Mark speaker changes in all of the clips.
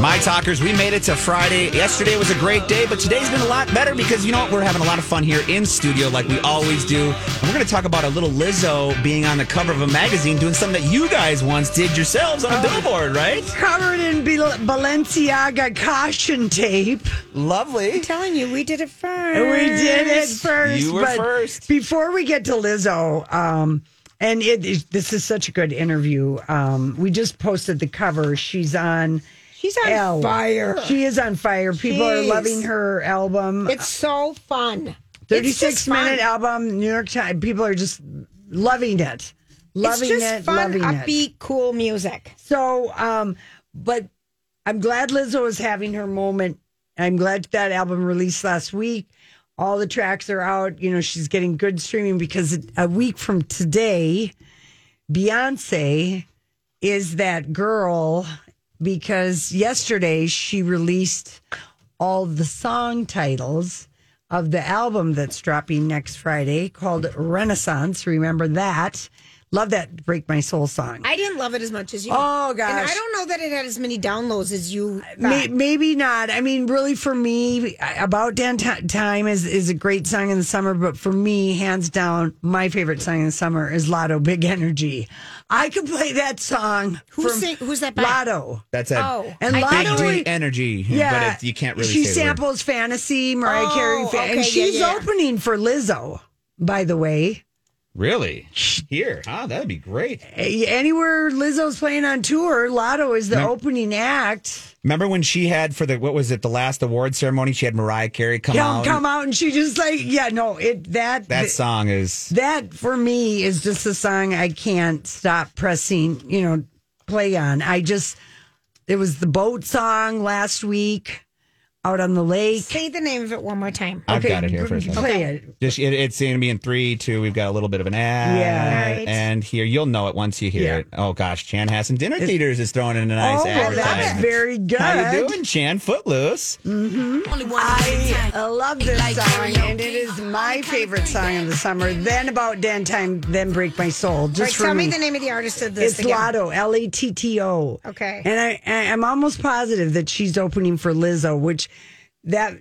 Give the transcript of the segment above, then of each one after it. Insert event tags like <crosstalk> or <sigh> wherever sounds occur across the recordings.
Speaker 1: My talkers, we made it to Friday. Yesterday was a great day, but today's been a lot better because you know what? We're having a lot of fun here in studio like we always do. And we're going to talk about a little Lizzo being on the cover of a magazine doing something that you guys once did yourselves
Speaker 2: Oh.
Speaker 1: on a billboard, right?
Speaker 2: covered in Bal- Balenciaga caution tape.
Speaker 1: Lovely.
Speaker 3: telling you, we did it first.
Speaker 2: We did it first.
Speaker 1: You were
Speaker 2: but
Speaker 1: first.
Speaker 2: Before we get to Lizzo, um, and it, it- this is such a good interview. Um, we just posted the cover. She's on.
Speaker 3: She's on
Speaker 2: Elle.
Speaker 3: fire.
Speaker 2: She is on fire. People are
Speaker 3: Jeez.
Speaker 2: loving her album.
Speaker 3: It's so fun. It's just
Speaker 2: 36 minute
Speaker 3: fun.
Speaker 2: album, New York Times. People are just loving it. Loving
Speaker 3: it's just
Speaker 2: it.
Speaker 3: fun,
Speaker 2: loving it.
Speaker 3: upbeat, cool music.
Speaker 2: So, um, but I'm glad Lizzo is having her moment. I'm glad that album released last week. All the tracks are out. You know, she's getting good streaming because a week from today, Beyonce is that girl because yesterday she released all the song titles of the album that's dropping next Friday called Renaissance. Remember that? Love that Break My Soul song.
Speaker 3: I didn't love it as much as you.
Speaker 2: Oh,
Speaker 3: And
Speaker 2: gosh.
Speaker 3: I don't know that it had as many downloads as you.
Speaker 2: May,
Speaker 3: thought.
Speaker 2: maybe not. I mean, really, for me, I- about damn Ti- time is is a great song in the summer. But for me, hands down, my favorite song in the summer is Lotto Big Energy. I could play that song.
Speaker 3: Who
Speaker 2: from
Speaker 3: sing- who's that by?
Speaker 2: Lotto?
Speaker 1: That's a
Speaker 3: Oh.
Speaker 2: And
Speaker 3: I
Speaker 1: big
Speaker 2: Lotto,
Speaker 1: D energy,
Speaker 2: yeah,
Speaker 1: but it, you can't really
Speaker 2: She
Speaker 1: say the word.
Speaker 2: samples fantasy, Mariah
Speaker 3: Oh,
Speaker 2: Carey, fa-
Speaker 3: okay,
Speaker 2: and
Speaker 3: yeah,
Speaker 2: she's
Speaker 3: yeah.
Speaker 2: opening for Lizzo. By the way,
Speaker 1: Really? Here. Huh? That'd be great.
Speaker 2: A- anywhere Lizzo's playing on tour, Lotto is the
Speaker 1: Now-
Speaker 2: opening act.
Speaker 1: Remember when she had for the, what was it, the last award ceremony? She had Mariah Carey come
Speaker 2: Come,
Speaker 1: out.
Speaker 2: come out, and she just like, yeah, no, it that
Speaker 1: That song is.
Speaker 2: that for me is just a song I can't stop pressing, you know, play on. I just it was the boat song last week out on the lake.
Speaker 3: Say the name of it one more time.
Speaker 1: I've got it here for a second.
Speaker 2: Play it.
Speaker 1: Just it, it's going to be in three, two. We've got a little bit of an ad,
Speaker 2: Yeah.
Speaker 3: Right.
Speaker 1: and here you'll know it once you hear
Speaker 2: Yeah.
Speaker 1: it. Oh gosh, Chan Hassan Dinner Theaters is throwing in a nice
Speaker 2: oh, well, that's
Speaker 1: advertisement.
Speaker 2: very good. Mm.
Speaker 1: How you doing, Chan? Footloose.
Speaker 2: I uh, love this song, and it
Speaker 3: Oh,
Speaker 2: is my favorite song of the summer. Then about Dan time, then break my soul.
Speaker 3: Right,
Speaker 2: Just for
Speaker 3: tell me
Speaker 2: me.
Speaker 3: the name of the artist of this
Speaker 2: It's
Speaker 3: again.
Speaker 2: Lotto, L A T T O.
Speaker 3: Okay.
Speaker 2: And I, I, I'm almost positive that she's opening for Lizzo, which that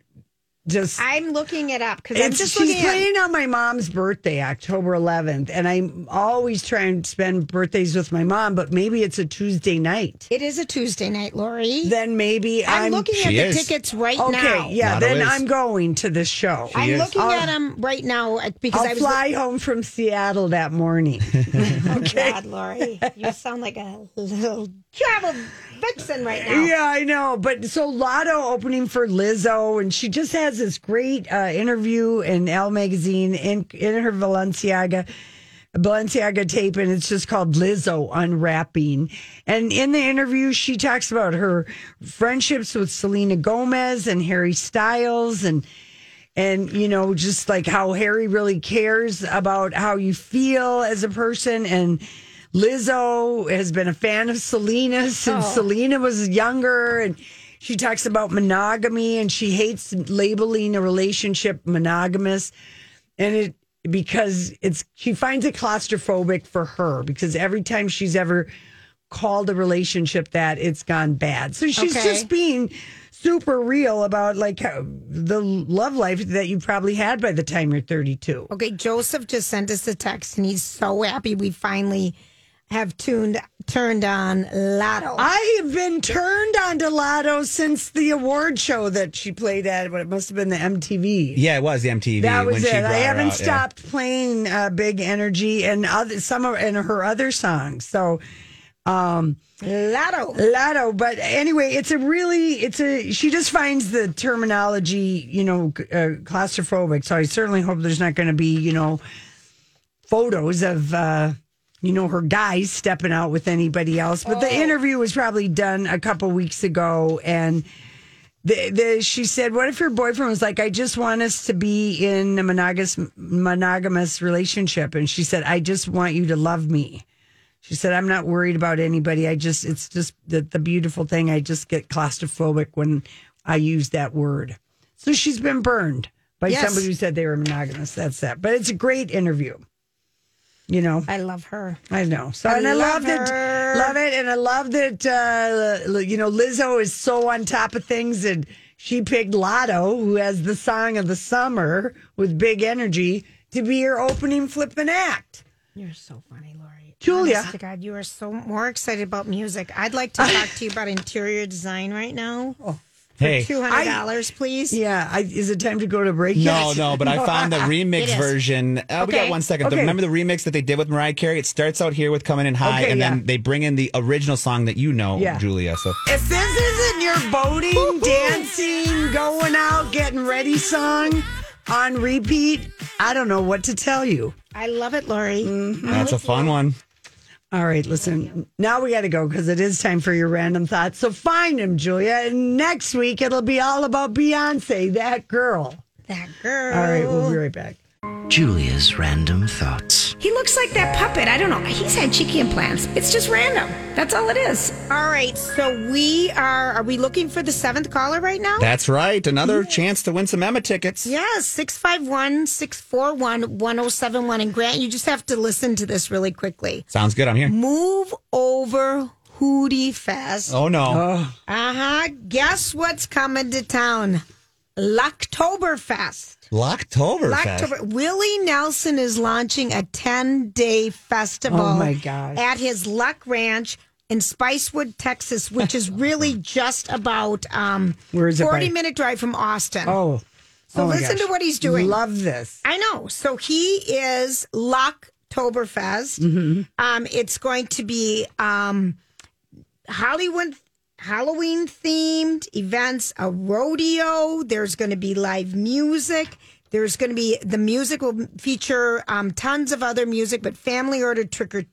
Speaker 2: just.
Speaker 3: I'm looking it up because I'm
Speaker 2: it's,
Speaker 3: just
Speaker 2: she's
Speaker 3: looking at
Speaker 2: playing on my mom's birthday, October 11th, and I'm always trying to spend birthdays with my mom. But maybe it's a Tuesday night.
Speaker 3: It is a Tuesday night, Lori.
Speaker 2: Then maybe
Speaker 3: I'm,
Speaker 2: I'm,
Speaker 3: looking at
Speaker 1: She
Speaker 3: the
Speaker 1: is.
Speaker 3: tickets right
Speaker 2: Okay,
Speaker 3: now.
Speaker 2: yeah.
Speaker 1: Lotto
Speaker 2: then
Speaker 1: is.
Speaker 2: I'm going to the show.
Speaker 3: I'm
Speaker 1: is.
Speaker 3: looking
Speaker 2: I'll-
Speaker 3: at them right now at- because I
Speaker 2: I'll
Speaker 3: was
Speaker 2: fly home from Seattle that
Speaker 3: <laughs>
Speaker 2: morning. <laughs>
Speaker 3: Okay. God, Lori, you sound like a little <laughs> travel vixen right now.
Speaker 2: Yeah, I know. But so Lotto opening for Lizzo, and she just has this great uh, interview in Elle magazine in in her Balenciaga. Balenciaga tape, and it's just called Lizzo Unwrapping. And in the interview, she talks about her friendships with Selena Gomez and Harry Styles, and and you know, just like how Harry really cares about how you feel as a person. And Lizzo has been a fan of Selena since Selena was younger, and she talks about monogamy, and she hates labeling a relationship monogamous and it because it's she finds it claustrophobic for her because every time she's ever called a relationship that it's gone bad so she's
Speaker 3: Okay.
Speaker 2: just being super real about like how, the love life that you probably had by the time you're 32
Speaker 3: Okay, Joseph just sent us a text and he's so happy we finally have tuned turned on Lotto.
Speaker 2: I have been turned on to Lotto since the award show that she played at. What it must have been the MTV.
Speaker 1: Yeah, it was the MTV.
Speaker 2: that
Speaker 1: when
Speaker 2: was
Speaker 1: she
Speaker 2: it.
Speaker 1: brought
Speaker 2: I
Speaker 1: her
Speaker 2: haven't
Speaker 1: out, yeah.
Speaker 2: stopped playing uh, Big Energy and other some of and her other songs. So
Speaker 3: Lotto.
Speaker 2: Lotto. But anyway, it's a really it's a. She just finds the terminology, you know, c- uh, claustrophobic. So I certainly hope there's not going to be you know photos of. Uh, you know her guys stepping out with anybody else, but the interview was probably done a couple weeks ago, and the, the, she said, "What if your boyfriend was like, I just want us to be in a monogamous monogamous relationship?" And she said, "I just want you to love me." She said, "I'm not worried about anybody. I just it's just the, the beautiful thing. I just get claustrophobic when I use that word." So she's been burned by
Speaker 3: Yes.
Speaker 2: somebody who said they were monogamous. That's that. But it's a great interview. You know,
Speaker 3: I love her.
Speaker 2: I know. So
Speaker 3: I
Speaker 2: and I
Speaker 3: love
Speaker 2: loved it.
Speaker 3: her.
Speaker 2: Love it. And I love that uh l- you know, Lizzo is so on top of things and she picked Lotto, who has the song of the summer with big energy, to be her opening flipping act.
Speaker 3: You're so funny, Lori.
Speaker 2: Julia.
Speaker 3: Honest to God, you are so more excited about music. I'd like to talk to you about interior design right now.
Speaker 1: Hey,
Speaker 3: Two hundred dollars, please.
Speaker 2: Oh, Yeah. I, is it time to go to break?
Speaker 1: No,
Speaker 2: yet?
Speaker 1: no, but
Speaker 2: <laughs>
Speaker 1: I found the
Speaker 3: It
Speaker 1: remix
Speaker 3: is.
Speaker 1: version. Uh, We got
Speaker 3: Okay.
Speaker 1: one second. The-
Speaker 2: Okay.
Speaker 1: remember the remix that they did with Mariah Carey? It starts out here with "Coming in High,"
Speaker 2: Okay,
Speaker 1: and
Speaker 2: yeah.
Speaker 1: then they bring in the original song that you know,
Speaker 2: Yeah.
Speaker 1: Julia. So
Speaker 2: If this isn't your boating, dancing, going out, getting ready song on repeat, I don't know what to tell you.
Speaker 3: I love it, Lori.
Speaker 2: Mm. Mm-hmm.
Speaker 1: that's a fun one.
Speaker 2: All right, listen. Now we got to go because it is time for your random thoughts. So find him, Julia. And next week it'll be all about Beyonce, that girl.
Speaker 3: That girl.
Speaker 2: All right, we'll be right back.
Speaker 4: Julia's random thoughts.
Speaker 5: He looks like that puppet. I don't know. He's had cheeky implants. It's just random. That's all it is.
Speaker 3: All right. So we are. Are we looking for the seventh caller right now?
Speaker 1: That's right. Another
Speaker 2: Mm-hmm.
Speaker 1: chance to win some Emma tickets.
Speaker 3: Yes, 651 641 1071. And Grant, you just have to listen to this really quickly.
Speaker 1: Sounds good. I'm here.
Speaker 2: Mm-hmm.
Speaker 3: Move over Hootie Fest.
Speaker 1: Oh no.
Speaker 3: Uh huh. Guess what's coming to town? Locktoberfest.
Speaker 1: Locktober.
Speaker 3: Locktober. Willie Nelson is launching a 10 day festival
Speaker 2: Oh, my gosh.
Speaker 3: at his Luck Ranch in Spicewood, Texas, which is really just about um,
Speaker 2: Where is it by-
Speaker 3: 40 minute drive from Austin.
Speaker 2: Oh,
Speaker 3: so
Speaker 2: oh my
Speaker 3: listen
Speaker 2: gosh.
Speaker 3: to what he's doing.
Speaker 2: Love this.
Speaker 3: I know. So he is Locktoberfest. Um, it's going to be um, Hollywood Halloween themed events, a rodeo. There's going to be live music. There's going to be the music will feature um, tons of other music, but family ordered trick or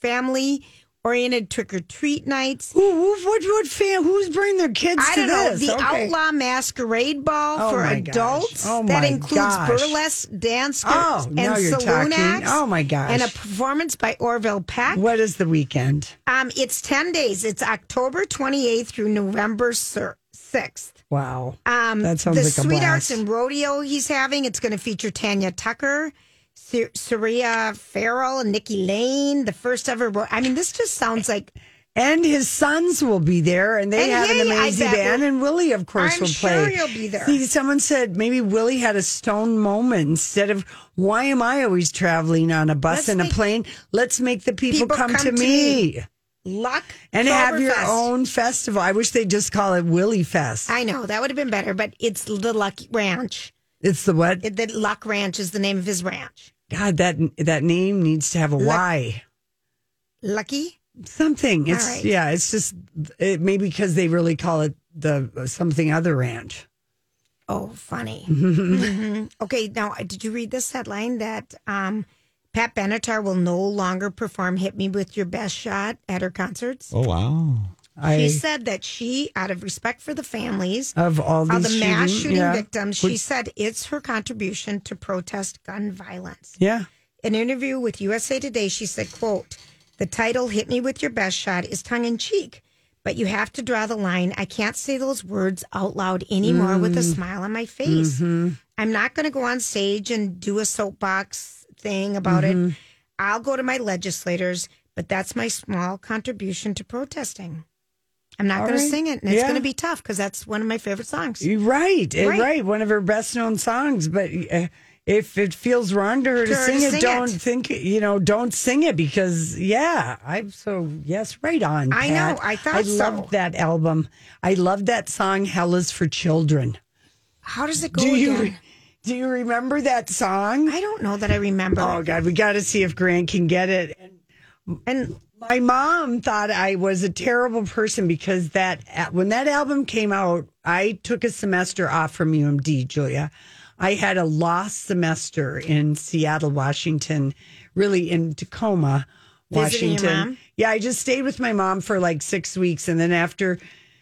Speaker 3: family oriented trick or treat nights.
Speaker 2: Who, who, what, what fan, who's bringing their kids
Speaker 3: I
Speaker 2: to
Speaker 3: don't know
Speaker 2: this?
Speaker 3: the
Speaker 2: Okay.
Speaker 3: outlaw masquerade ball
Speaker 2: Oh
Speaker 3: for
Speaker 2: my gosh.
Speaker 3: adults
Speaker 2: Oh
Speaker 3: that
Speaker 2: my
Speaker 3: includes
Speaker 2: gosh.
Speaker 3: burlesque dance
Speaker 2: Oh,
Speaker 3: and
Speaker 2: now you're
Speaker 3: saloon
Speaker 2: talking.
Speaker 3: acts.
Speaker 2: Oh my gosh.
Speaker 3: And a performance by Orville Peck.
Speaker 2: What is the weekend?
Speaker 3: Um, it's ten days. It's October twenty eighth through November sixth.
Speaker 2: Wow.
Speaker 3: Um,
Speaker 2: That sounds
Speaker 3: the
Speaker 2: like a
Speaker 3: sweethearts
Speaker 2: blast.
Speaker 3: and rodeo he's having. It's going to feature Tanya Tucker. Sur- Surya Farrell and Nikki Lane, the first ever. Ro- I mean, this just sounds like
Speaker 2: And his sons will be there, and they
Speaker 3: And
Speaker 2: have an
Speaker 3: yay, I
Speaker 2: amazing
Speaker 3: bet.
Speaker 2: band. And Willie, of course,
Speaker 3: I'm
Speaker 2: will
Speaker 3: sure
Speaker 2: play.
Speaker 3: he'll be there.
Speaker 2: See, someone said maybe Willie had a stone moment instead of why am I always traveling on a bus
Speaker 3: Let's
Speaker 2: and a
Speaker 3: make-
Speaker 2: plane? Let's make the people,
Speaker 3: People
Speaker 2: come, to, me,
Speaker 3: luck
Speaker 2: and have your
Speaker 3: Oktoberfest.
Speaker 2: own festival. I wish they just call it Willie Fest.
Speaker 3: I know that would have been better, but it's the Lucky Ranch.
Speaker 2: it's the what?
Speaker 3: It- The Luck Ranch is the name of his ranch.
Speaker 2: God, that that name needs to have a Y.
Speaker 3: Lucky.
Speaker 2: Something. It's
Speaker 3: right.
Speaker 2: yeah. It's just it, maybe because they really call it the something other ranch.
Speaker 3: Oh,
Speaker 2: <laughs>
Speaker 3: funny.
Speaker 2: Mm-hmm.
Speaker 3: Mhm. <laughs> Okay, now did you read this headline that um, Pat Benatar will no longer perform "Hit Me with Your Best Shot" at her concerts?
Speaker 1: Oh wow.
Speaker 2: I
Speaker 3: She said that she, out of respect for the families
Speaker 2: of all
Speaker 3: of
Speaker 2: these
Speaker 3: the mass
Speaker 2: shooting-
Speaker 3: shooting
Speaker 2: yeah.
Speaker 3: victims, she said it's her contribution to protest gun violence.
Speaker 2: Yeah.
Speaker 3: an interview with USA Today, she said, quote, the title Hit Me With Your Best Shot is tongue in cheek, but you have to draw the line. I can't say those words out loud anymore with
Speaker 2: Mm-hmm.
Speaker 3: a smile on my face. I'm not going to go on stage and do a soapbox thing about
Speaker 2: Mm-hmm.
Speaker 3: it. I'll go to my legislators, but that's my small contribution to protesting. I'm not
Speaker 2: All
Speaker 3: going
Speaker 2: right.
Speaker 3: to sing it, and it's
Speaker 2: Yeah.
Speaker 3: going to be tough because that's one of my favorite songs.
Speaker 2: You're right. eh,
Speaker 3: Right.
Speaker 2: Right. One of her best known songs. But uh, if it feels wrong to her to
Speaker 3: To her
Speaker 2: sing
Speaker 3: to
Speaker 2: it,
Speaker 3: sing
Speaker 2: don't
Speaker 3: it.
Speaker 2: think you know, don't sing it because yeah, I'm so yes, right on.
Speaker 3: I know,
Speaker 2: Pat.
Speaker 3: I thought
Speaker 2: I
Speaker 3: so.
Speaker 2: loved that album. I loved that song "Hell Is for Children."
Speaker 3: How does it go
Speaker 2: do you
Speaker 3: again?
Speaker 2: do you remember that song?
Speaker 3: I don't know that I remember.
Speaker 2: oh God, we got to see if Grant can get it.
Speaker 3: and
Speaker 2: My mom thought I was a terrible person because that when that album came out, I took a semester off from UMD, Julia. I had a lost semester in Seattle, Washington, really in Tacoma,
Speaker 3: Visiting your
Speaker 2: Washington.
Speaker 3: mom?
Speaker 2: Yeah, I just stayed with my mom for like six weeks, and then after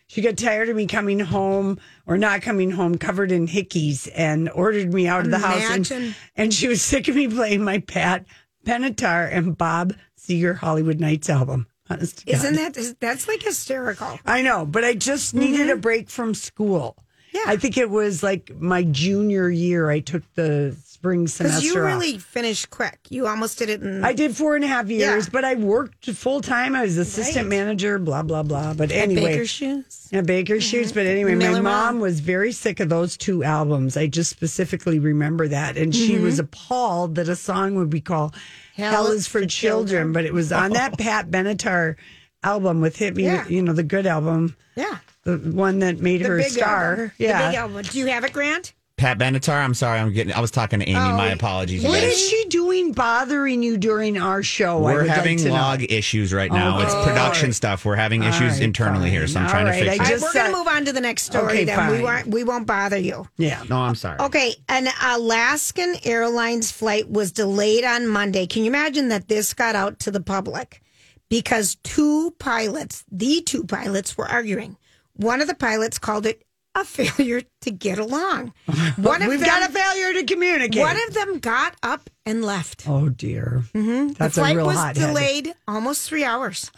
Speaker 2: she got tired of me coming home or not coming home covered in hickeys and ordered me out of the house. And,
Speaker 3: Imagine.
Speaker 2: and she was sick of me playing my Pat Benatar and Bob Seger Hollywood Nights album. Honest to
Speaker 3: isn't
Speaker 2: God.
Speaker 3: that is, that's like hysterical?
Speaker 2: I know, but I just needed a break from school.
Speaker 3: Mm-hmm. Yeah.
Speaker 2: I think it was like my junior year. I took the spring
Speaker 3: Because
Speaker 2: semester.
Speaker 3: you
Speaker 2: off.
Speaker 3: really finished quick. You almost did it in.
Speaker 2: I did four and a half years,
Speaker 3: Yeah.
Speaker 2: but I worked full time. I was assistant manager, blah blah blah. But anyway,
Speaker 3: Baker shoes.
Speaker 2: yeah, Baker's Shoes. But anyway, my
Speaker 3: Mm-hmm. Miller
Speaker 2: mom
Speaker 3: Mile.
Speaker 2: was very sick of those two albums. I just specifically remember that. And she
Speaker 3: Mm-hmm.
Speaker 2: was appalled that a song would be called Hell, is for, children, but it was on that Pat Benatar album with Hit Me,
Speaker 3: Oh. Yeah.
Speaker 2: you know, the good album,
Speaker 3: Yeah.
Speaker 2: the one that made her a star.
Speaker 3: album. The
Speaker 2: Yeah.
Speaker 3: big album. Do you have it, Grant?
Speaker 1: Pat Benatar, I'm sorry, I'm getting. I was talking to Amy. my apologies. you
Speaker 2: Oh, What
Speaker 1: guys.
Speaker 2: is she doing bothering you during our show? I
Speaker 1: We're
Speaker 2: would like
Speaker 1: having
Speaker 2: to know.
Speaker 1: log issues right now.
Speaker 2: Okay.
Speaker 1: it's production stuff. We're having issues
Speaker 2: Oh, right,
Speaker 1: internally here, so I'm
Speaker 2: fine.
Speaker 1: trying
Speaker 2: All
Speaker 1: to fix
Speaker 2: right, I
Speaker 1: it.
Speaker 3: All right,
Speaker 2: just
Speaker 3: we're
Speaker 2: said-
Speaker 3: gonna move on to the next story.
Speaker 2: Okay,
Speaker 3: then
Speaker 2: fine.
Speaker 3: we won't we won't bother you.
Speaker 2: Yeah.
Speaker 1: no, Oh, I'm sorry.
Speaker 3: Okay, an Alaskan Airlines flight was delayed on Monday. Can you imagine that this got out to the public? Because two pilots, the two pilots, were arguing. One of the pilots called it a <laughs> failure to
Speaker 2: <laughs>
Speaker 3: get along. One of
Speaker 2: We've
Speaker 3: them,
Speaker 2: got a failure to communicate.
Speaker 3: One of them got up and left.
Speaker 2: oh, dear. Mm-hmm. That's
Speaker 3: the
Speaker 2: a
Speaker 3: flight
Speaker 2: real
Speaker 3: was
Speaker 2: hot
Speaker 3: delayed almost three hours.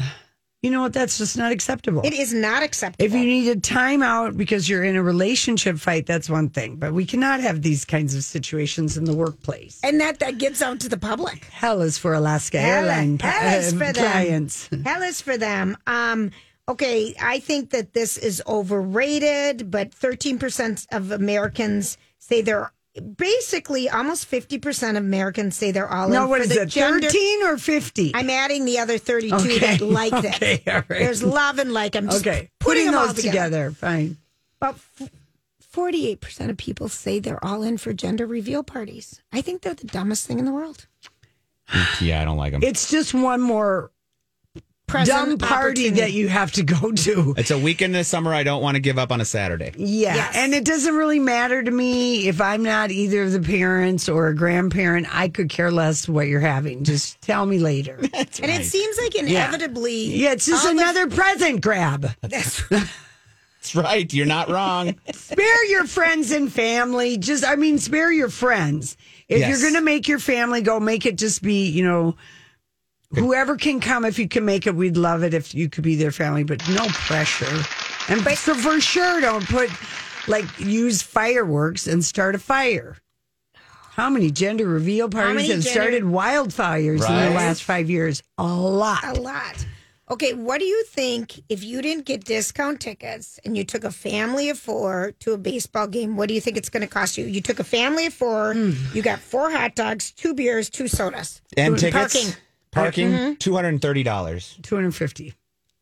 Speaker 2: You know what? That's just not acceptable.
Speaker 3: It is not acceptable.
Speaker 2: If you need a timeout because you're in a relationship fight, that's one thing. But we cannot have these kinds of situations in the workplace.
Speaker 3: and that that gets out to the public.
Speaker 2: Hell is for Alaska
Speaker 3: Hell-
Speaker 2: Airline pa-
Speaker 3: hell is
Speaker 2: uh,
Speaker 3: for them.
Speaker 2: clients.
Speaker 3: Hell is for them. Um, okay, I think that this is overrated, but 13% of Americans say they're basically almost 50% of Americans say they're all
Speaker 2: No,
Speaker 3: in
Speaker 2: what
Speaker 3: for
Speaker 2: is
Speaker 3: the
Speaker 2: it?
Speaker 3: gender-
Speaker 2: Thirteen or fifty?
Speaker 3: I'm adding the other 32
Speaker 2: Okay,
Speaker 3: that
Speaker 2: <laughs>
Speaker 3: like
Speaker 2: okay,
Speaker 3: that.
Speaker 2: all right.
Speaker 3: There's love and like. I'm just
Speaker 2: okay,
Speaker 3: putting, them
Speaker 2: those
Speaker 3: all
Speaker 2: together. Fine.
Speaker 3: About f- 48% of people say they're all in for gender reveal parties. I think they're the dumbest thing in the world.
Speaker 1: <laughs> Yeah, I don't like them.
Speaker 2: It's just one more dumb
Speaker 3: Present
Speaker 2: party
Speaker 3: opportunity.
Speaker 2: that you have to go to.
Speaker 1: It's a weekend this summer. I don't want to give up on a Saturday.
Speaker 2: Yeah.
Speaker 3: Yes.
Speaker 2: And it doesn't really matter to me if I'm not either of the parents or a grandparent. I could care less what you're having. Just tell me
Speaker 3: <laughs>
Speaker 2: later.
Speaker 3: And it seems like inevitably.
Speaker 2: Yeah, it's just
Speaker 3: all the-
Speaker 2: another present grab.
Speaker 1: That's right. You're not
Speaker 2: <laughs>
Speaker 1: wrong.
Speaker 2: spare your friends and family. Just, I mean, spare your friends. If
Speaker 1: Yes.
Speaker 2: you're going to make your family go, make it just be, you know, whoever can come. If you can make it, we'd love it if you could be their family, but no pressure. And but so for sure, don't put like use fireworks and start a fire. How many gender reveal parties
Speaker 3: many
Speaker 2: have
Speaker 3: gender-
Speaker 2: started wildfires in
Speaker 1: Right.
Speaker 2: the last five years? A lot.
Speaker 3: a lot. Okay, what do you think if you didn't get discount tickets and you took a family of four to a baseball game? What do you think it's going to cost you? You took a family of four,
Speaker 2: Hmm.
Speaker 3: you got four hot dogs, two beers, two sodas,
Speaker 1: And tickets.
Speaker 3: Parking.
Speaker 1: Parking,
Speaker 2: Mm-hmm.
Speaker 1: $230.
Speaker 2: Two hundred fifty.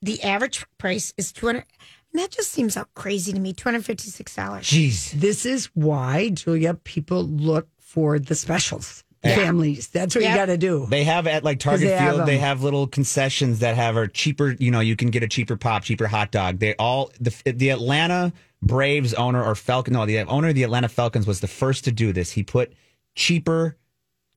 Speaker 3: The average price is two hundred. And that just seems out crazy to me. Two hundred fifty-six dollars.
Speaker 1: Jeez.
Speaker 2: This is why, Julia, people look for the specials. Families. That's what
Speaker 3: Yeah.
Speaker 2: you got to do.
Speaker 1: They have at like
Speaker 2: 'Cause
Speaker 1: Target
Speaker 2: they have
Speaker 1: Field, they
Speaker 2: them.
Speaker 1: have little concessions that have are cheaper. You know, you can get a cheaper pop, cheaper hot dog. They all the the Atlanta Braves owner or Falcon. No, the owner of the Atlanta Falcons was the first to do this. He put cheaper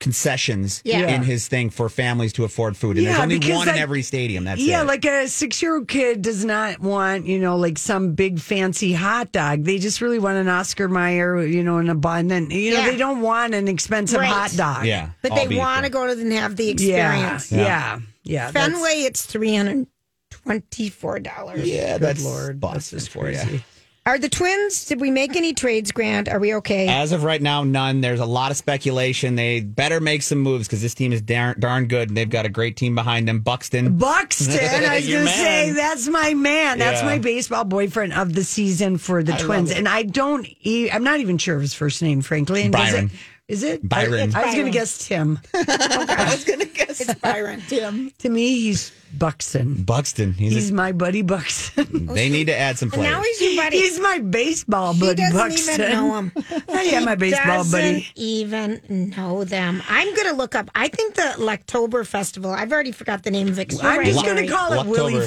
Speaker 1: concessions
Speaker 3: Yeah.
Speaker 1: in his thing for families to afford food, and
Speaker 2: Yeah,
Speaker 1: there's only
Speaker 2: because
Speaker 1: one in
Speaker 2: like-
Speaker 1: every stadium. That's
Speaker 2: yeah,
Speaker 1: it.
Speaker 2: like a six year old kid does not want, you know, like some big fancy hot dog. They just really want an Oscar Mayer, you know, an abundant, you know,
Speaker 3: Yeah.
Speaker 2: they don't want an expensive
Speaker 3: Right.
Speaker 2: hot dog.
Speaker 1: yeah,
Speaker 3: But
Speaker 1: all
Speaker 3: they
Speaker 1: beef.
Speaker 3: want to go to and have the
Speaker 2: Yeah.
Speaker 3: experience.
Speaker 2: Yeah. Yeah. yeah that's-
Speaker 3: Fenway, it's three hundred twenty-four dollars.
Speaker 1: Yeah,
Speaker 2: Good
Speaker 1: that's
Speaker 2: Lord. That's
Speaker 1: Boston
Speaker 2: just
Speaker 1: for you.
Speaker 2: crazy.
Speaker 3: Are the twins? Did we make any trades, Grant? Are we okay?
Speaker 1: <laughs> As of right now, none. There's a lot of speculation. They better make some moves because this team is darn, darn good, and they've got a great team behind them. Buxton.
Speaker 2: Buxton, I
Speaker 1: <laughs>
Speaker 2: was
Speaker 1: Your
Speaker 2: going to say,
Speaker 1: man.
Speaker 2: that's my man. That's
Speaker 1: Yeah.
Speaker 2: my baseball boyfriend of the season for the Twins. And I don't, e- I'm not even sure of his first name, frankly. And does
Speaker 1: Byron.
Speaker 2: it- Is it
Speaker 1: Byron.
Speaker 2: I, I was going to guess Tim. <laughs>
Speaker 3: I was going to guess <laughs> it's Byron. Tim.
Speaker 2: to me, he's Buxton.
Speaker 1: Buxton. He's,
Speaker 2: He's
Speaker 1: a,
Speaker 2: my buddy Buxton.
Speaker 1: they need to add some
Speaker 3: And
Speaker 1: players.
Speaker 3: now he's your <laughs> buddy.
Speaker 2: he's my baseball
Speaker 3: he
Speaker 2: buddy
Speaker 3: doesn't
Speaker 2: Buxton.
Speaker 3: even know him.
Speaker 2: <laughs> I am my baseball
Speaker 3: doesn't
Speaker 2: buddy.
Speaker 3: even know them. I'm going to look up. I think the Locktober Festival. I've already forgot the name of it. 'cause you're
Speaker 2: I'm
Speaker 3: right,
Speaker 2: just going to
Speaker 3: Lori.
Speaker 2: call it
Speaker 1: Locktober.
Speaker 2: Willie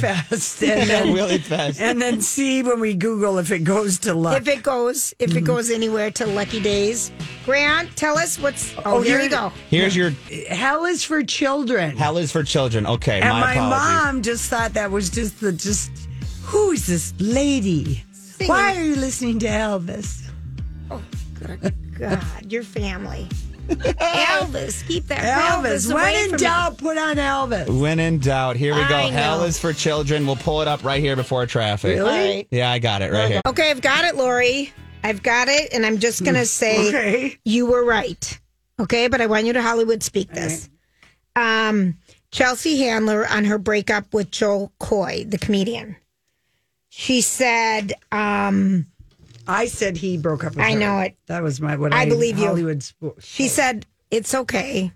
Speaker 1: <laughs>
Speaker 2: Fest, and then,
Speaker 1: really fast.
Speaker 2: and then see when we Google if it goes to luck.
Speaker 3: If it goes, if it goes anywhere to Lucky Days, Grant, tell us what's. Oh,
Speaker 2: Oh,
Speaker 3: here
Speaker 2: here-
Speaker 3: you go.
Speaker 1: Here's your
Speaker 2: Hell is for children.
Speaker 1: hell is for children. Okay,
Speaker 2: and
Speaker 1: my
Speaker 2: my,
Speaker 1: apologies.
Speaker 2: mom just thought that was just the just who is this lady? Why are you listening to Elvis?
Speaker 3: God,
Speaker 2: <laughs>
Speaker 3: your family. Elvis, keep that Elvis.
Speaker 2: Elvis. When
Speaker 3: away
Speaker 2: in
Speaker 3: from
Speaker 2: doubt, put on Elvis.
Speaker 1: When in doubt, here we go.
Speaker 3: I
Speaker 1: Hell
Speaker 3: know.
Speaker 1: is for children. We'll pull it up right here before traffic.
Speaker 3: me. All right.
Speaker 1: Yeah, I got it right here.
Speaker 3: Okay, I've got it, Lori. I've got it, and I'm just gonna say
Speaker 2: Hmm. Okay.
Speaker 3: you were right. Okay, but I want you to Hollywood speak this. Um, Chelsea Handler on her breakup with Joel Coy, the comedian. She said, um,
Speaker 2: I said he broke up with
Speaker 3: I
Speaker 2: her.
Speaker 3: know it.
Speaker 2: That was my what
Speaker 3: I
Speaker 2: I,
Speaker 3: believe you.
Speaker 2: Hollywood sports.
Speaker 3: She said, It's okay.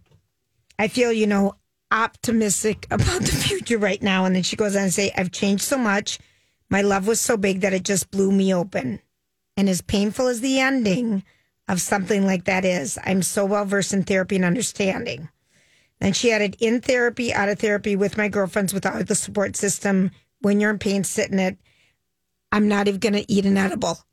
Speaker 3: I feel, you know, optimistic <laughs> about the future right now. And then she goes on to say, I've changed so much. My love was so big that it just blew me open. And as painful as the ending of something like that is, I'm so well versed in therapy and understanding. And she added, in therapy, out of therapy, with my girlfriends, without the support system, when you're in pain, sit in it. I'm not even going to eat an edible. <laughs>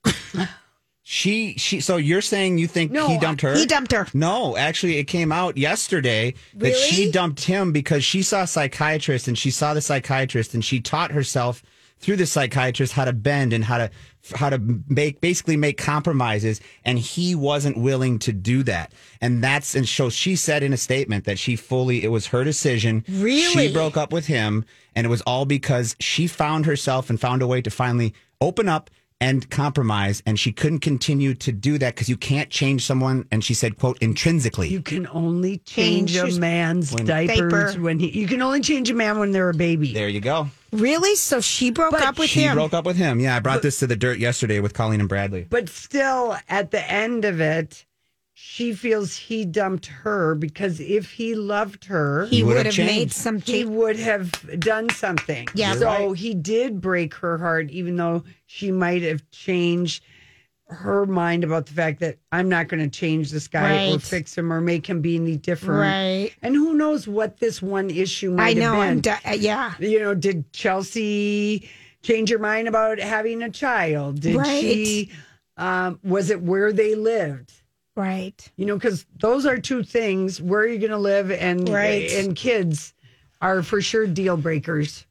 Speaker 1: She she so you're saying you think
Speaker 2: No,
Speaker 1: he dumped her?
Speaker 3: He dumped her.
Speaker 1: No, actually, it came out yesterday that she
Speaker 3: Really?
Speaker 1: dumped him because she saw a psychiatrist and she saw the psychiatrist and she taught herself through the psychiatrist how to bend and how to how to make basically make compromises and he wasn't willing to do that and that's and so she said in a statement that she fully it was her decision
Speaker 3: Really?
Speaker 1: she broke up with him and it was all because she found herself and found a way to finally open up and compromise and she couldn't continue to do that because you can't change someone and she said quote intrinsically
Speaker 2: You can only change a
Speaker 3: Change-
Speaker 2: man's diapers
Speaker 3: Diaper.
Speaker 2: when he. You can only change a man when they're a baby.
Speaker 1: There you go.
Speaker 3: Really? So she broke
Speaker 2: But
Speaker 3: up with
Speaker 1: She
Speaker 3: him.
Speaker 1: broke up with him. Yeah, I brought this to the dirt yesterday with Colleen and Bradley.
Speaker 2: But still, at the end of it, she feels he dumped her because if he loved her,
Speaker 3: he
Speaker 1: You would
Speaker 3: would
Speaker 1: have
Speaker 3: have made
Speaker 1: changed.
Speaker 3: some
Speaker 2: he
Speaker 3: change.
Speaker 2: would have done something.
Speaker 3: Yeah. You're
Speaker 2: So
Speaker 1: right.
Speaker 2: he did break her heart, even though she might have changed her mind about the fact that I'm not going to change this guy or
Speaker 3: Right.
Speaker 2: fix him or make him be any different.
Speaker 3: Right.
Speaker 2: And who knows what this one issue might
Speaker 3: I
Speaker 2: have
Speaker 3: know.
Speaker 2: been.
Speaker 3: I'm di- uh, yeah.
Speaker 2: you know, did Chelsea change her mind about having a child? Did
Speaker 3: Right.
Speaker 2: she? Um, was it where they lived?
Speaker 3: Right.
Speaker 2: You know, because those are two things: where you're going to live and
Speaker 3: Right.
Speaker 2: and kids are for sure deal breakers.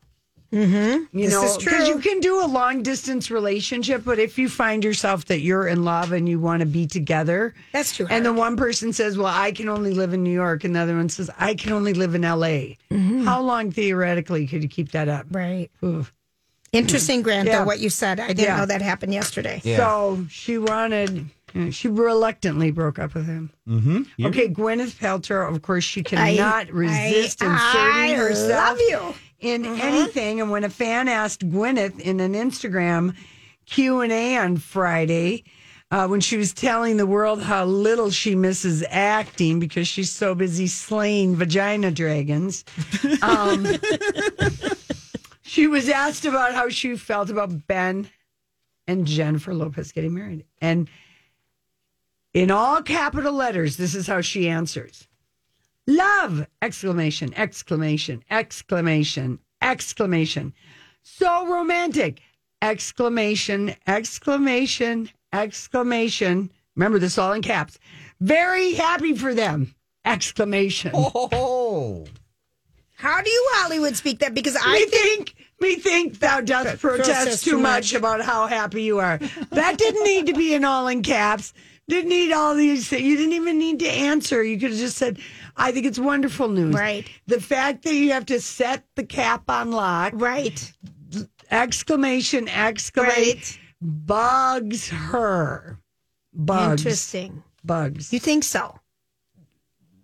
Speaker 2: Mm-hmm. You
Speaker 3: This
Speaker 2: know,
Speaker 3: is true.
Speaker 2: you can do a long distance relationship, but if you find yourself that you're in love and you want to be together,
Speaker 3: That's true.
Speaker 2: and the one person says, "Well, I can only live in New York," and the other one says, "I can only live in L.A."
Speaker 3: Mm-hmm.
Speaker 2: How long theoretically could you keep that up?
Speaker 3: right.
Speaker 2: Oof.
Speaker 3: Interesting, Grant,
Speaker 2: Yeah.
Speaker 3: though, what you said. I didn't
Speaker 2: Yeah.
Speaker 3: know that happened yesterday.
Speaker 2: So she wanted, she reluctantly broke up with him. Mm-hmm. Okay, Gwyneth Paltrow, of course, she cannot resist
Speaker 3: I
Speaker 2: inserting herself
Speaker 3: love you.
Speaker 2: in anything. And when a fan asked Gwyneth in an Instagram Q and A on Friday, uh, when she was telling the world how little she misses acting because she's so busy slaying vagina dragons, um, she was asked about how she felt about Ben and Jennifer Lopez getting married, and in all capital letters, this is how she answers love exclamation exclamation exclamation exclamation so romantic exclamation exclamation exclamation remember this all in caps very happy for them exclamation
Speaker 1: Oh.
Speaker 3: How do you Hollywood speak that? Because I
Speaker 2: me
Speaker 3: think
Speaker 2: think me think thou dost protest too much about how happy you are that didn't need to be in all in caps didn't need all these things. You didn't even need to answer. You could have just said, I think it's wonderful news.
Speaker 3: Right.
Speaker 2: The fact that you have to set the cap on lock,
Speaker 3: right.
Speaker 2: exclamation, exclamation,
Speaker 3: Right.
Speaker 2: bugs her. Bugs.
Speaker 3: Interesting.
Speaker 2: Bugs.
Speaker 3: You think so?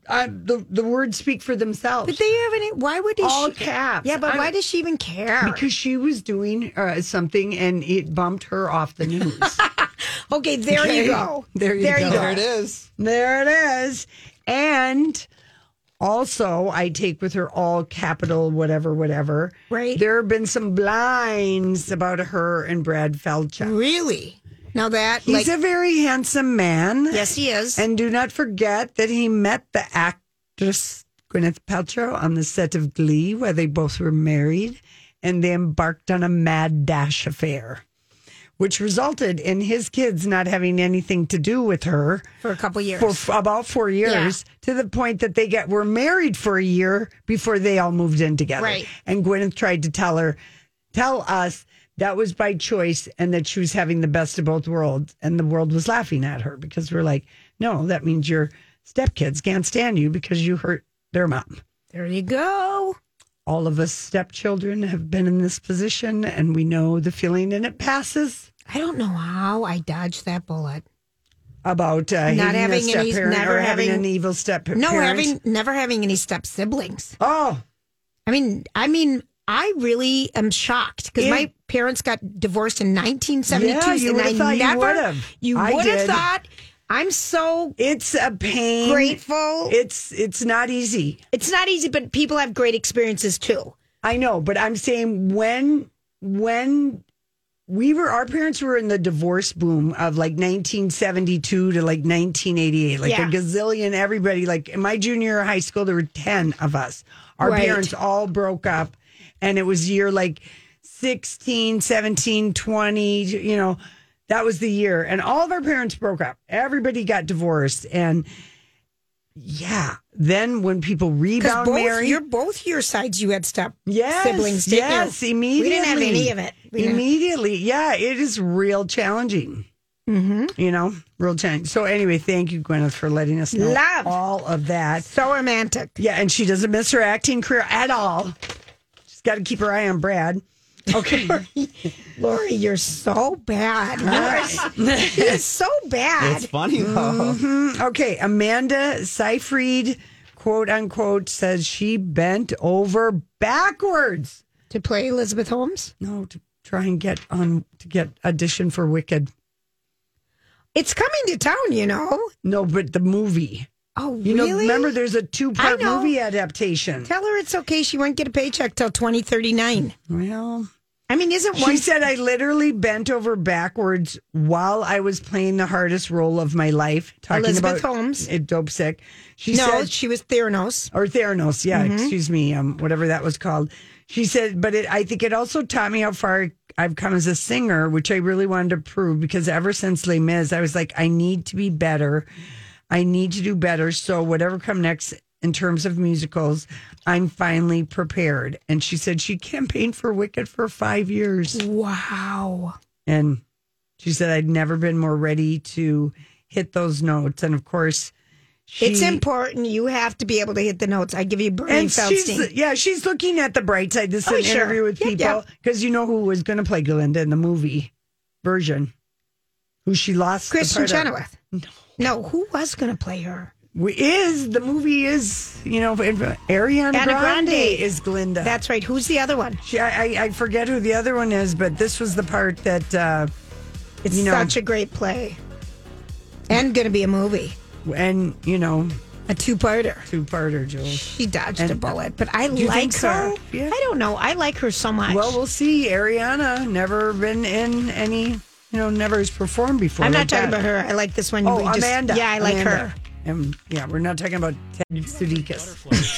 Speaker 2: I, the, the words speak for themselves.
Speaker 3: But they have any why would he
Speaker 2: All
Speaker 3: she,
Speaker 2: caps.
Speaker 3: Yeah, but
Speaker 2: I
Speaker 3: why
Speaker 2: don't-
Speaker 3: does she even care?
Speaker 2: because she was doing uh, something and it bumped her off the news.
Speaker 3: Okay, there you go.
Speaker 2: There you go.
Speaker 1: There it is.
Speaker 2: There it is. And also, I take with her all capital, whatever, whatever.
Speaker 3: Right.
Speaker 2: There have been some blinds about her and Brad Felchuk.
Speaker 3: Really? Now that
Speaker 2: He's
Speaker 3: like
Speaker 2: a very handsome man.
Speaker 3: yes, he is.
Speaker 2: And do not forget that he met the actress Gwyneth Paltrow on the set of Glee, where they both were married, and they embarked on a mad dash affair, which resulted in his kids not having anything to do with her
Speaker 3: for a couple years.
Speaker 2: for f- about four years to the point that they get were married for a year before they all moved in together.
Speaker 3: Right.
Speaker 2: And Gwyneth tried to tell her, tell us that was by choice and that she was having the best of both worlds. And the world was laughing at her because we're like, no, that means your stepkids can't stand you because you hurt their mom.
Speaker 3: there you go.
Speaker 2: All of us stepchildren have been in this position and we know the feeling and it passes
Speaker 3: I don't know how I dodged that bullet.
Speaker 2: about uh, hating
Speaker 3: Not
Speaker 2: a
Speaker 3: having any-
Speaker 2: step-parent
Speaker 3: never
Speaker 2: or having,
Speaker 3: having-
Speaker 2: an evil step
Speaker 3: No, having never having any step siblings.
Speaker 2: Oh,
Speaker 3: I mean, I mean, I really am shocked because
Speaker 2: Yeah.
Speaker 3: my parents got divorced in 1972,
Speaker 2: Yeah, you
Speaker 3: and
Speaker 2: would've thought
Speaker 3: I
Speaker 2: you
Speaker 3: never.
Speaker 2: would've.
Speaker 3: You
Speaker 2: I
Speaker 3: would have
Speaker 2: did.
Speaker 3: thought. I'm so
Speaker 2: It's a pain.
Speaker 3: grateful.
Speaker 2: It's it's not easy.
Speaker 3: it's not easy, but people have great experiences too.
Speaker 2: I know, but I'm saying when when we were our parents were in the divorce boom of like 1972 to like 1988, like
Speaker 3: Yeah.
Speaker 2: a gazillion everybody. Like in my junior year of high school, there were ten of us. Our
Speaker 3: Right.
Speaker 2: parents all broke up, and it was year like 16, 17, 20. You know, that was the year, and all of our parents broke up. Everybody got divorced, and yeah, then when people
Speaker 3: Because
Speaker 2: rebound
Speaker 3: both
Speaker 2: married,
Speaker 3: your both your sides, you had step
Speaker 2: yes,
Speaker 3: siblings. Didn't you?
Speaker 2: yes, immediately.
Speaker 3: We didn't have any of it. We didn't-
Speaker 2: immediately, yeah, it is real challenging. Mm-hmm. You know, real challenging. So anyway, thank you, Gwyneth, for letting us know
Speaker 3: Love.
Speaker 2: all of that.
Speaker 3: so romantic.
Speaker 2: Yeah, and she doesn't miss her acting career at all. She's got to keep her eye on Brad. Okay,
Speaker 3: Lori, you're so
Speaker 2: <laughs>
Speaker 3: bad. You are s- <laughs> you're so
Speaker 1: It's
Speaker 3: bad.
Speaker 1: funny though.
Speaker 2: okay. Amanda Seyfried, quote unquote, says she bent over backwards.
Speaker 3: To play Elizabeth Holmes?
Speaker 2: No, to try and get on to get audition for Wicked.
Speaker 3: It's coming to town, you know.
Speaker 2: No, but the movie.
Speaker 3: Oh,
Speaker 2: You
Speaker 3: really?
Speaker 2: know, remember there's a two part
Speaker 3: I know.
Speaker 2: movie adaptation.
Speaker 3: Tell her it's okay. She won't get a paycheck till 2039.
Speaker 2: Well,
Speaker 3: I mean, isn't
Speaker 2: she
Speaker 3: one.
Speaker 2: said I literally bent over backwards while I was playing the hardest role of my life. Talking
Speaker 3: Elizabeth
Speaker 2: about
Speaker 3: Holmes.
Speaker 2: it, dope sick. She
Speaker 3: no,
Speaker 2: said,
Speaker 3: she was Theranos.
Speaker 2: or Theranos, yeah, excuse me, um, whatever that was called. She said, but it, I think it also taught me how far I've come as a singer, which I really wanted to prove because ever since Les Mis, I was like, I need to be better. I need to do better. So whatever come next in terms of musicals, I'm finally prepared. And she said she campaigned for Wicked for five years.
Speaker 3: Wow.
Speaker 2: And she said, I'd never been more ready to hit those notes. And of course, she,
Speaker 3: it's important. You have to be able to hit the notes. I give you Bernie
Speaker 2: and
Speaker 3: Feldstein.
Speaker 2: she's yeah, she's looking at the bright side. This is
Speaker 3: Oh,
Speaker 2: an
Speaker 3: sure.
Speaker 2: interview with
Speaker 3: Yep,
Speaker 2: people
Speaker 3: yep.
Speaker 2: because you know who was going to play Glinda in the movie version, who she lost. the
Speaker 3: Christian
Speaker 2: part of.
Speaker 3: Chenoweth. No. who was going to play her?
Speaker 2: We- is the movie is you know Ariana
Speaker 3: Ariana
Speaker 2: Grande,
Speaker 3: Grande.
Speaker 2: is Glinda.
Speaker 3: That's right. Who's the other one?
Speaker 2: she, I, I I forget who the other one is, but this was the part that uh,
Speaker 3: It's
Speaker 2: You know-
Speaker 3: such a great play. And going to be a movie,
Speaker 2: and you know
Speaker 3: a two parter.
Speaker 2: two parter Jules.
Speaker 3: She dodged a
Speaker 2: And-
Speaker 3: bullet, but I
Speaker 2: you
Speaker 3: like
Speaker 2: think so?
Speaker 3: her.
Speaker 2: Yeah.
Speaker 3: I don't know. I like her so much.
Speaker 2: Well, we'll see. Ariana never been in any you know never has performed before.
Speaker 3: I'm not
Speaker 2: like
Speaker 3: talking
Speaker 2: that.
Speaker 3: about her. I like this one.
Speaker 2: Oh,
Speaker 3: we just-
Speaker 2: Amanda.
Speaker 3: Yeah, I like
Speaker 2: Amanda.
Speaker 3: her.
Speaker 2: Um, yeah, we're not talking about Ted Sudeikis.